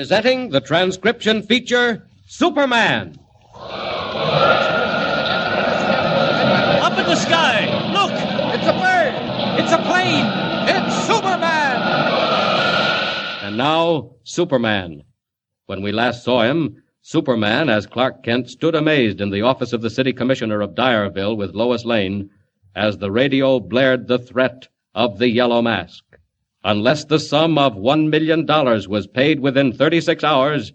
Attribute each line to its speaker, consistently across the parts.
Speaker 1: presenting the transcription feature Superman. Up in the sky! Look! It's a bird! It's a plane! It's Superman! And now, Superman. When we last saw him, Superman, as Clark Kent, stood amazed in the office of the city commissioner of Dyerville with Lois Lane as the radio blared the threat of the yellow mask. Unless the sum of $1 million was paid within 36 hours,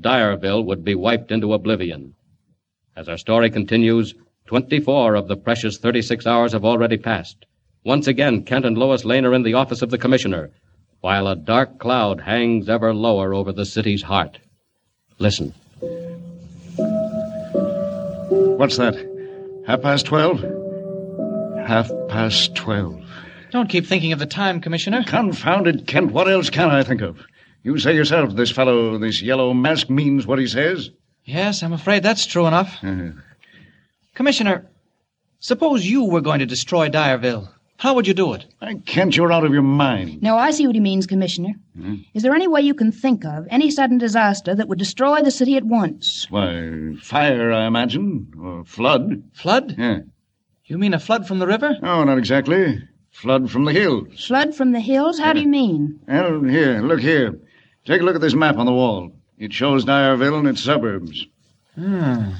Speaker 1: Dyerville would be wiped into oblivion. As our story continues, 24 of the precious 36 hours have already passed. Once again, Kent and Lois Lane are in the office of the commissioner, while a dark cloud hangs ever lower over the city's heart. Listen.
Speaker 2: What's that? Half past twelve? Half past twelve.
Speaker 3: Don't keep thinking of the time, Commissioner.
Speaker 2: Confound it, Kent. What else can I think of? You say yourself this fellow, this yellow mask, means what he says.
Speaker 3: Yes, I'm afraid that's true enough. Commissioner, suppose you were going to destroy Dyerville. How would you do it?
Speaker 2: Why, Kent, you're out of your mind.
Speaker 4: No, I see what he means, Commissioner.
Speaker 3: Hmm?
Speaker 4: Is there any way you can think of any sudden disaster that would destroy the city at once?
Speaker 2: Why, fire, I imagine, or flood.
Speaker 3: Flood?
Speaker 2: Yeah.
Speaker 3: You mean a flood from the river?
Speaker 2: No, not exactly. Flood from the hills.
Speaker 4: Flood from the hills? How do you mean?
Speaker 2: Well, here, look here. Take a look at this map on the wall. It shows Dyerville and its suburbs.
Speaker 3: Hmm.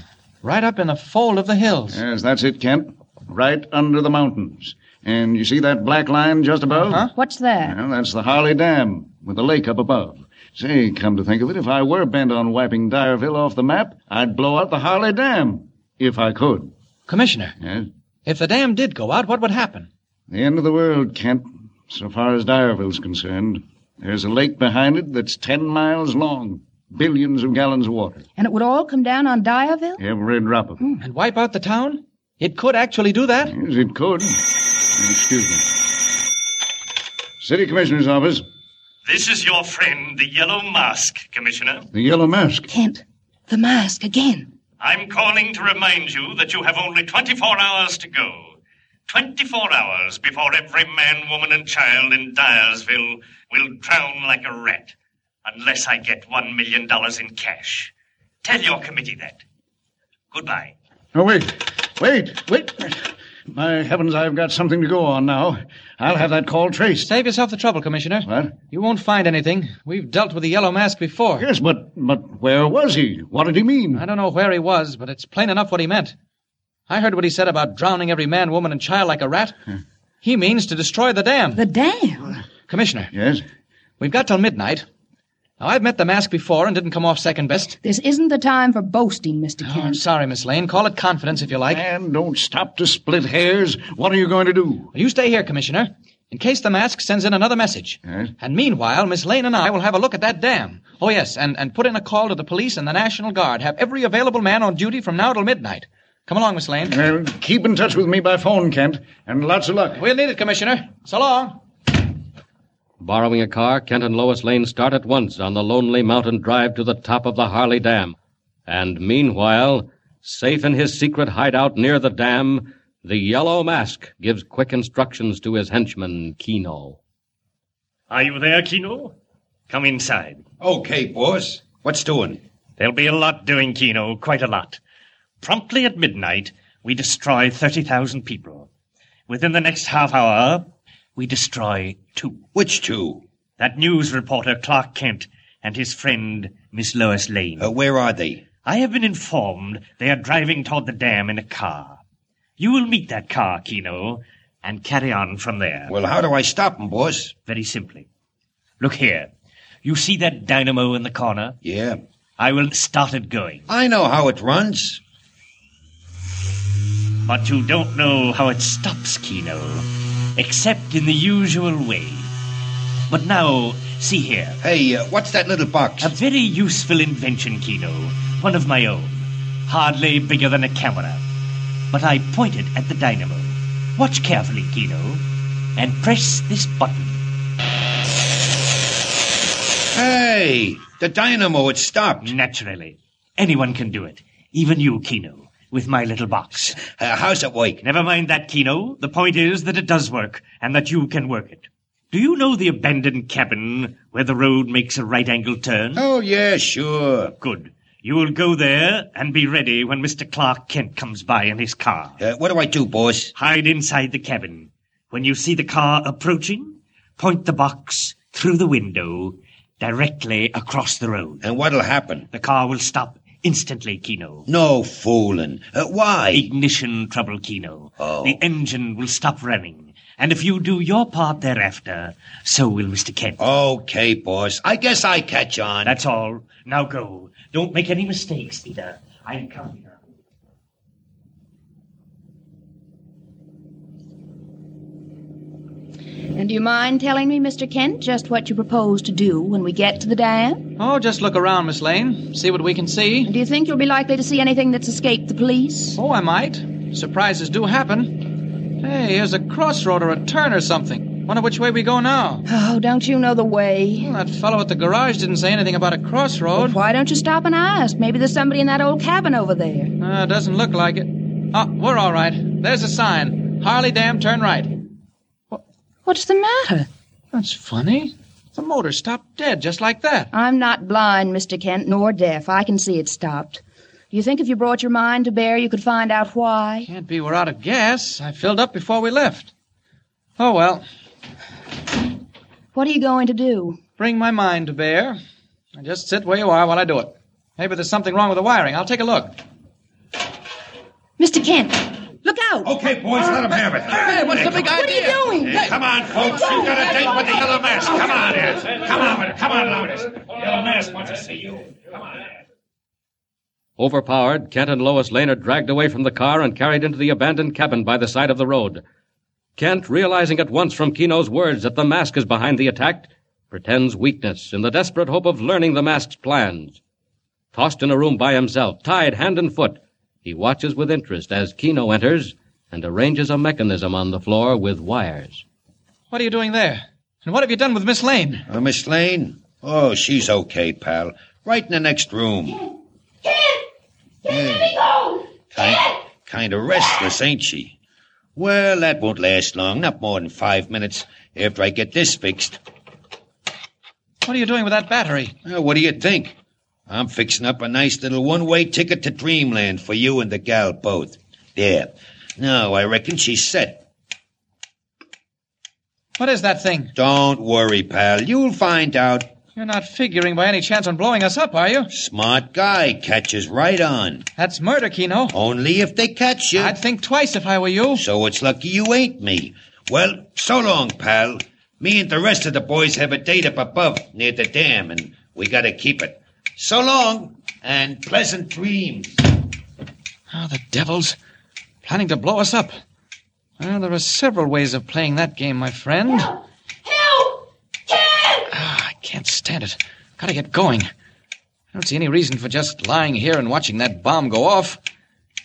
Speaker 3: Right up in a fold of the hills.
Speaker 2: Yes, that's it, Kent. Right under the mountains. And you see that black line just above?
Speaker 3: Uh-huh.
Speaker 4: What's that?
Speaker 2: Well, that's the Harley Dam with the lake up above. Say, come to think of it, if I were bent on wiping Dyerville off the map, I'd blow out the Harley Dam. If I could.
Speaker 3: Commissioner,
Speaker 2: Yes.
Speaker 3: if the dam did go out, what would happen?
Speaker 2: The end of the world, Kent, so far as Dyerville's concerned. There's a lake behind it that's ten miles long. Billions of gallons of water.
Speaker 4: And it would all come down on Dyerville?
Speaker 2: Every drop of it.
Speaker 3: And wipe out the town? It could actually do that?
Speaker 2: Yes, it could. Excuse me. City Commissioner's office.
Speaker 5: This is your friend, the Yellow Mask, Commissioner.
Speaker 2: The yellow mask.
Speaker 4: Kent, the mask again.
Speaker 5: I'm calling to remind you that you have only 24 hours to go. 24 hours before every man, woman, and child in Dyersville will drown like a rat, unless I get $1 million in cash. Tell your committee that. Goodbye.
Speaker 2: Oh, wait. Wait. Wait. My heavens, I've got something to go on now. I'll have that call traced.
Speaker 3: Save yourself the trouble, Commissioner.
Speaker 2: What?
Speaker 3: You won't find anything. We've dealt with the yellow mask before.
Speaker 2: Yes, but but where was he? What did he mean?
Speaker 3: I don't know where he was, but it's plain enough what he meant. I heard what he said about drowning every man, woman, and child like a rat. He means to destroy the dam.
Speaker 4: The dam.
Speaker 3: Commissioner,
Speaker 2: Yes.
Speaker 3: we've got till midnight. Now, I've met the mask before and didn't come off second best.
Speaker 4: This isn't the time for boasting, Mr.
Speaker 3: Oh, I'm
Speaker 4: Kent.
Speaker 3: sorry, Miss Lane. Call it confidence if you like.
Speaker 2: And don't stop to split hairs. What are you going to do?
Speaker 3: You stay here, Commissioner, in case the mask sends in another message.
Speaker 2: Yes.
Speaker 3: And meanwhile, Miss Lane and I will have a look at that dam. Oh, yes, and, and put in a call to the police and the National Guard. Have every available man on duty from now till midnight. Come along, Miss Lane.
Speaker 2: Well, keep in touch with me by phone, Kent, and lots of luck.
Speaker 3: We'll need it, Commissioner. So long.
Speaker 1: Borrowing a car, Kent and Lois Lane start at once on the lonely mountain drive to the top of the Harley Dam. And meanwhile, safe in his secret hideout near the dam, the Yellow Mask gives quick instructions to his henchman, Kino.
Speaker 5: Are you there, Kino? Come inside.
Speaker 6: Okay, boss. What's doing?
Speaker 5: There'll be a lot doing, Kino, quite a lot. Promptly at midnight, we destroy 30,000 people. Within the next half hour, we destroy two.
Speaker 6: Which two?
Speaker 5: That news reporter, Clark Kent, and his friend, Miss Lois Lane.
Speaker 6: Uh, where are they?
Speaker 5: I have been informed they are driving toward the dam in a car. You will meet that car, Kino, and carry on from there.
Speaker 6: Well, how do I stop them, boss?
Speaker 5: Very simply. Look here. You see that dynamo in the corner?
Speaker 6: Yeah.
Speaker 5: I will start it going.
Speaker 6: I know how it runs.
Speaker 5: But you don't know how it stops, Kino, except in the usual way. But now, see here.
Speaker 6: Hey, uh, what's that little box?
Speaker 5: A very useful invention, Kino. One of my own. Hardly bigger than a camera. But I point it at the dynamo. Watch carefully, Kino, and press this button.
Speaker 6: Hey, the dynamo, it stopped.
Speaker 5: Naturally. Anyone can do it. Even you, Kino, with my little box.
Speaker 6: Uh, how's it work?
Speaker 5: Never mind that, Kino. The point is that it does work, and that you can work it. Do you know the abandoned cabin where the road makes a right angle turn?
Speaker 6: Oh, yeah, sure.
Speaker 5: Good. You will go there and be ready when Mr. Clark Kent comes by in his car.
Speaker 6: Uh, what do I do, boss?
Speaker 5: Hide inside the cabin. When you see the car approaching, point the box through the window directly across the road.
Speaker 6: And what'll happen?
Speaker 5: The car will stop instantly, Kino.
Speaker 6: No fooling. Uh, why?
Speaker 5: Ignition trouble, Kino.
Speaker 6: Oh.
Speaker 5: The engine will stop running. And if you do your part thereafter, so will Mr. Kent.
Speaker 6: Oh. Okay, boss. I guess I catch on.
Speaker 5: That's all. Now go. Don't make any mistakes, Peter. I'm coming.
Speaker 4: And do you mind telling me, Mr. Kent, just what you propose to do when we get to the dam?
Speaker 3: Oh, just look around, Miss Lane. See what we can see.
Speaker 4: And do you think you'll be likely to see anything that's escaped the police?
Speaker 3: Oh, I might. Surprises do happen. Hey, here's a crossroad or a turn or something. Wonder which way we go now.
Speaker 4: Oh, don't you know the way?
Speaker 3: Well, that fellow at the garage didn't say anything about a crossroad.
Speaker 4: Why don't you stop and ask? Maybe there's somebody in that old cabin over there.
Speaker 3: Uh, doesn't look like it. Ah, we're all right. There's a sign. Harley Dam, turn right.
Speaker 4: What's the matter?
Speaker 3: That's funny. The motor stopped dead just like that.
Speaker 4: I'm not blind, Mr. Kent, nor deaf. I can see it stopped. Do you think if you brought your mind to bear, you could find out why?
Speaker 3: Can't be we're out of gas. I filled up before we left. Oh, well.
Speaker 4: What are you going to do?
Speaker 3: Bring my mind to bear. I just sit where you are while I do it. Maybe there's something wrong with the wiring. I'll take a look.
Speaker 4: Mr. Kent, look out!
Speaker 6: Okay, boys, let him have it.
Speaker 3: Hey, what's the big idea?
Speaker 4: What are you doing?
Speaker 6: Come on, folks. You got a date with the yellow mask. Come on, here. Come on, with it. come on, loudest. Yellow mask wants to see you. Come on.
Speaker 1: Overpowered, Kent and Lois Lane are dragged away from the car and carried into the abandoned cabin by the side of the road. Kent, realizing at once from Kino's words that the mask is behind the attack, pretends weakness in the desperate hope of learning the mask's plans. Tossed in a room by himself, tied hand and foot, he watches with interest as Kino enters and arranges a mechanism on the floor with wires.
Speaker 3: What are you doing there? And what have you done with Miss Lane?
Speaker 6: Uh, Miss Lane? Oh, she's okay, pal. Right in the next room. Kind, kind of restless, ain't she? Well, that won't last long. Not more than five minutes after I get this fixed.
Speaker 3: What are you doing with that battery?
Speaker 6: Well, what do you think? I'm fixing up a nice little one-way ticket to Dreamland for you and the gal both. There. Now, I reckon she's set.
Speaker 3: What is that thing?
Speaker 6: Don't worry, pal. You'll find out.
Speaker 3: You're not figuring by any chance on blowing us up, are you?
Speaker 6: Smart guy catches right on.
Speaker 3: That's murder, Kino.
Speaker 6: Only if they catch you.
Speaker 3: I'd think twice if I were you.
Speaker 6: So it's lucky you ain't me. Well, so long, pal. Me and the rest of the boys have a date up above near the dam, and we gotta keep it. So long, and pleasant dreams.
Speaker 3: Oh, the devils. Planning to blow us up. Well, there are several ways of playing that game, my friend. Help! Help! I can't stand it. Gotta get going. I don't see any reason for just lying here and watching that bomb go off.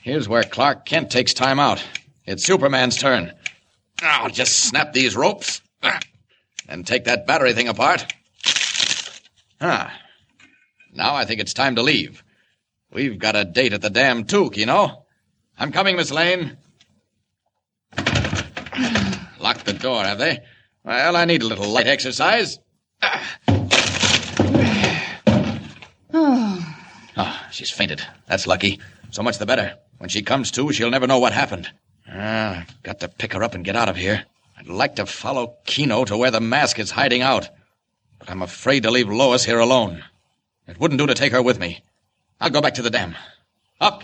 Speaker 3: Here's where Clark Kent takes time out. It's Superman's turn. I'll just snap these ropes ah, and take that battery thing apart. Ah. Now I think it's time to leave. We've got a date at the dam, too, Kino. I'm coming, Miss Lane. Locked the door, have they? Well, I need a little light exercise.
Speaker 4: Oh,
Speaker 3: Ah, she's fainted. That's lucky. So much the better. When she comes to, she'll never know what happened. Ah, I've got to pick her up and get out of here. I'd like to follow Kino to where the mask is hiding out. But I'm afraid to leave Lois here alone. It wouldn't do to take her with me. I'll go back to the dam. Up,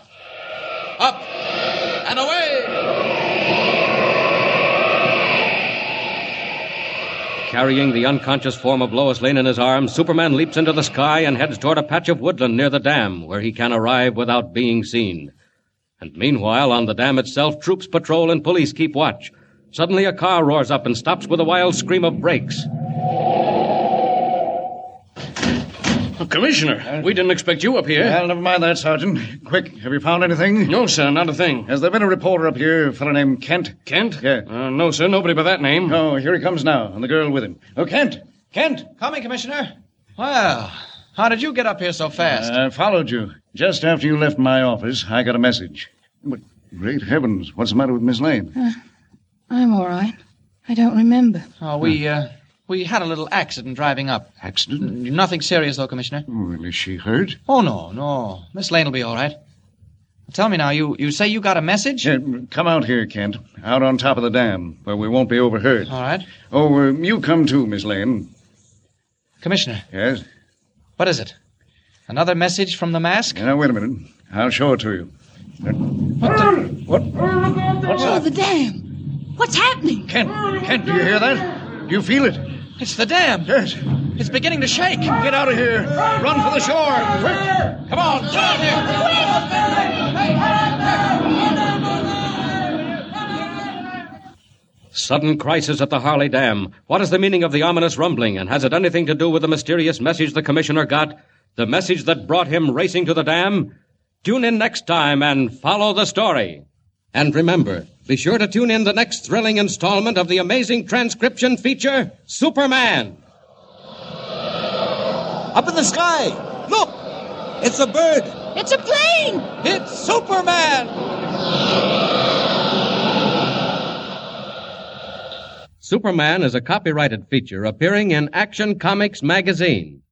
Speaker 3: up, and away!
Speaker 1: Carrying the unconscious form of Lois Lane in his arms, Superman leaps into the sky and heads toward a patch of woodland near the dam, where he can arrive without being seen. And meanwhile, on the dam itself, troops patrol and police keep watch. Suddenly, a car roars up and stops with a wild scream of brakes.
Speaker 7: Commissioner, we didn't expect you up here.
Speaker 2: Well, never mind that, Sergeant. Quick, have you found anything?
Speaker 7: No, sir, not a thing.
Speaker 2: Has there been a reporter up here, a fellow named Kent?
Speaker 7: Kent?
Speaker 2: Yeah.
Speaker 7: Uh, no, sir, nobody by that name.
Speaker 2: Oh, here he comes now, and the girl with him. Oh, Kent! Kent!
Speaker 3: Coming, Commissioner. Well, how did you get up here so fast?
Speaker 2: I Uh, followed you. Just after you left my office, I got a message. But, great heavens, what's the matter with Miss Lane?
Speaker 4: I'm all right. I don't remember.
Speaker 3: oh, we, uh, We had a little accident driving up.
Speaker 2: Accident?
Speaker 3: N- Nothing serious, though, Commissioner.
Speaker 2: Well, is she hurt?
Speaker 3: Oh, no, no. Miss Lane will be all right. Tell me now, you, you say you got a message?
Speaker 2: Uh, Come out here, Kent. Out on top of the dam, where we won't be overheard.
Speaker 3: All right.
Speaker 2: Oh, uh, you come too, Miss Lane.
Speaker 3: Commissioner,
Speaker 2: Yes?
Speaker 3: what is it? Another message from the mask?
Speaker 2: Now, wait a minute. I'll show it to you.
Speaker 4: Oh, the dam! What's happening?
Speaker 2: Kent, Kent, do you hear that? Do you feel it?
Speaker 3: It's the dam.
Speaker 2: Yes.
Speaker 3: It's beginning to shake.
Speaker 2: Get out of here. Run for the shore. Quick.
Speaker 3: Come on, get out here.
Speaker 1: Sudden crisis at the Harley Dam. What is the meaning of the ominous rumbling, and has it anything to do with the mysterious message the commissioner got? The message that brought him racing to the dam? Tune in next time and follow the story. And remember, be sure to tune in the next thrilling installment of the amazing transcription feature, Superman. Up in the sky! Look! It's a bird!
Speaker 4: It's a plane!
Speaker 1: It's Superman! Superman is a copyrighted feature appearing in Action Comics magazine.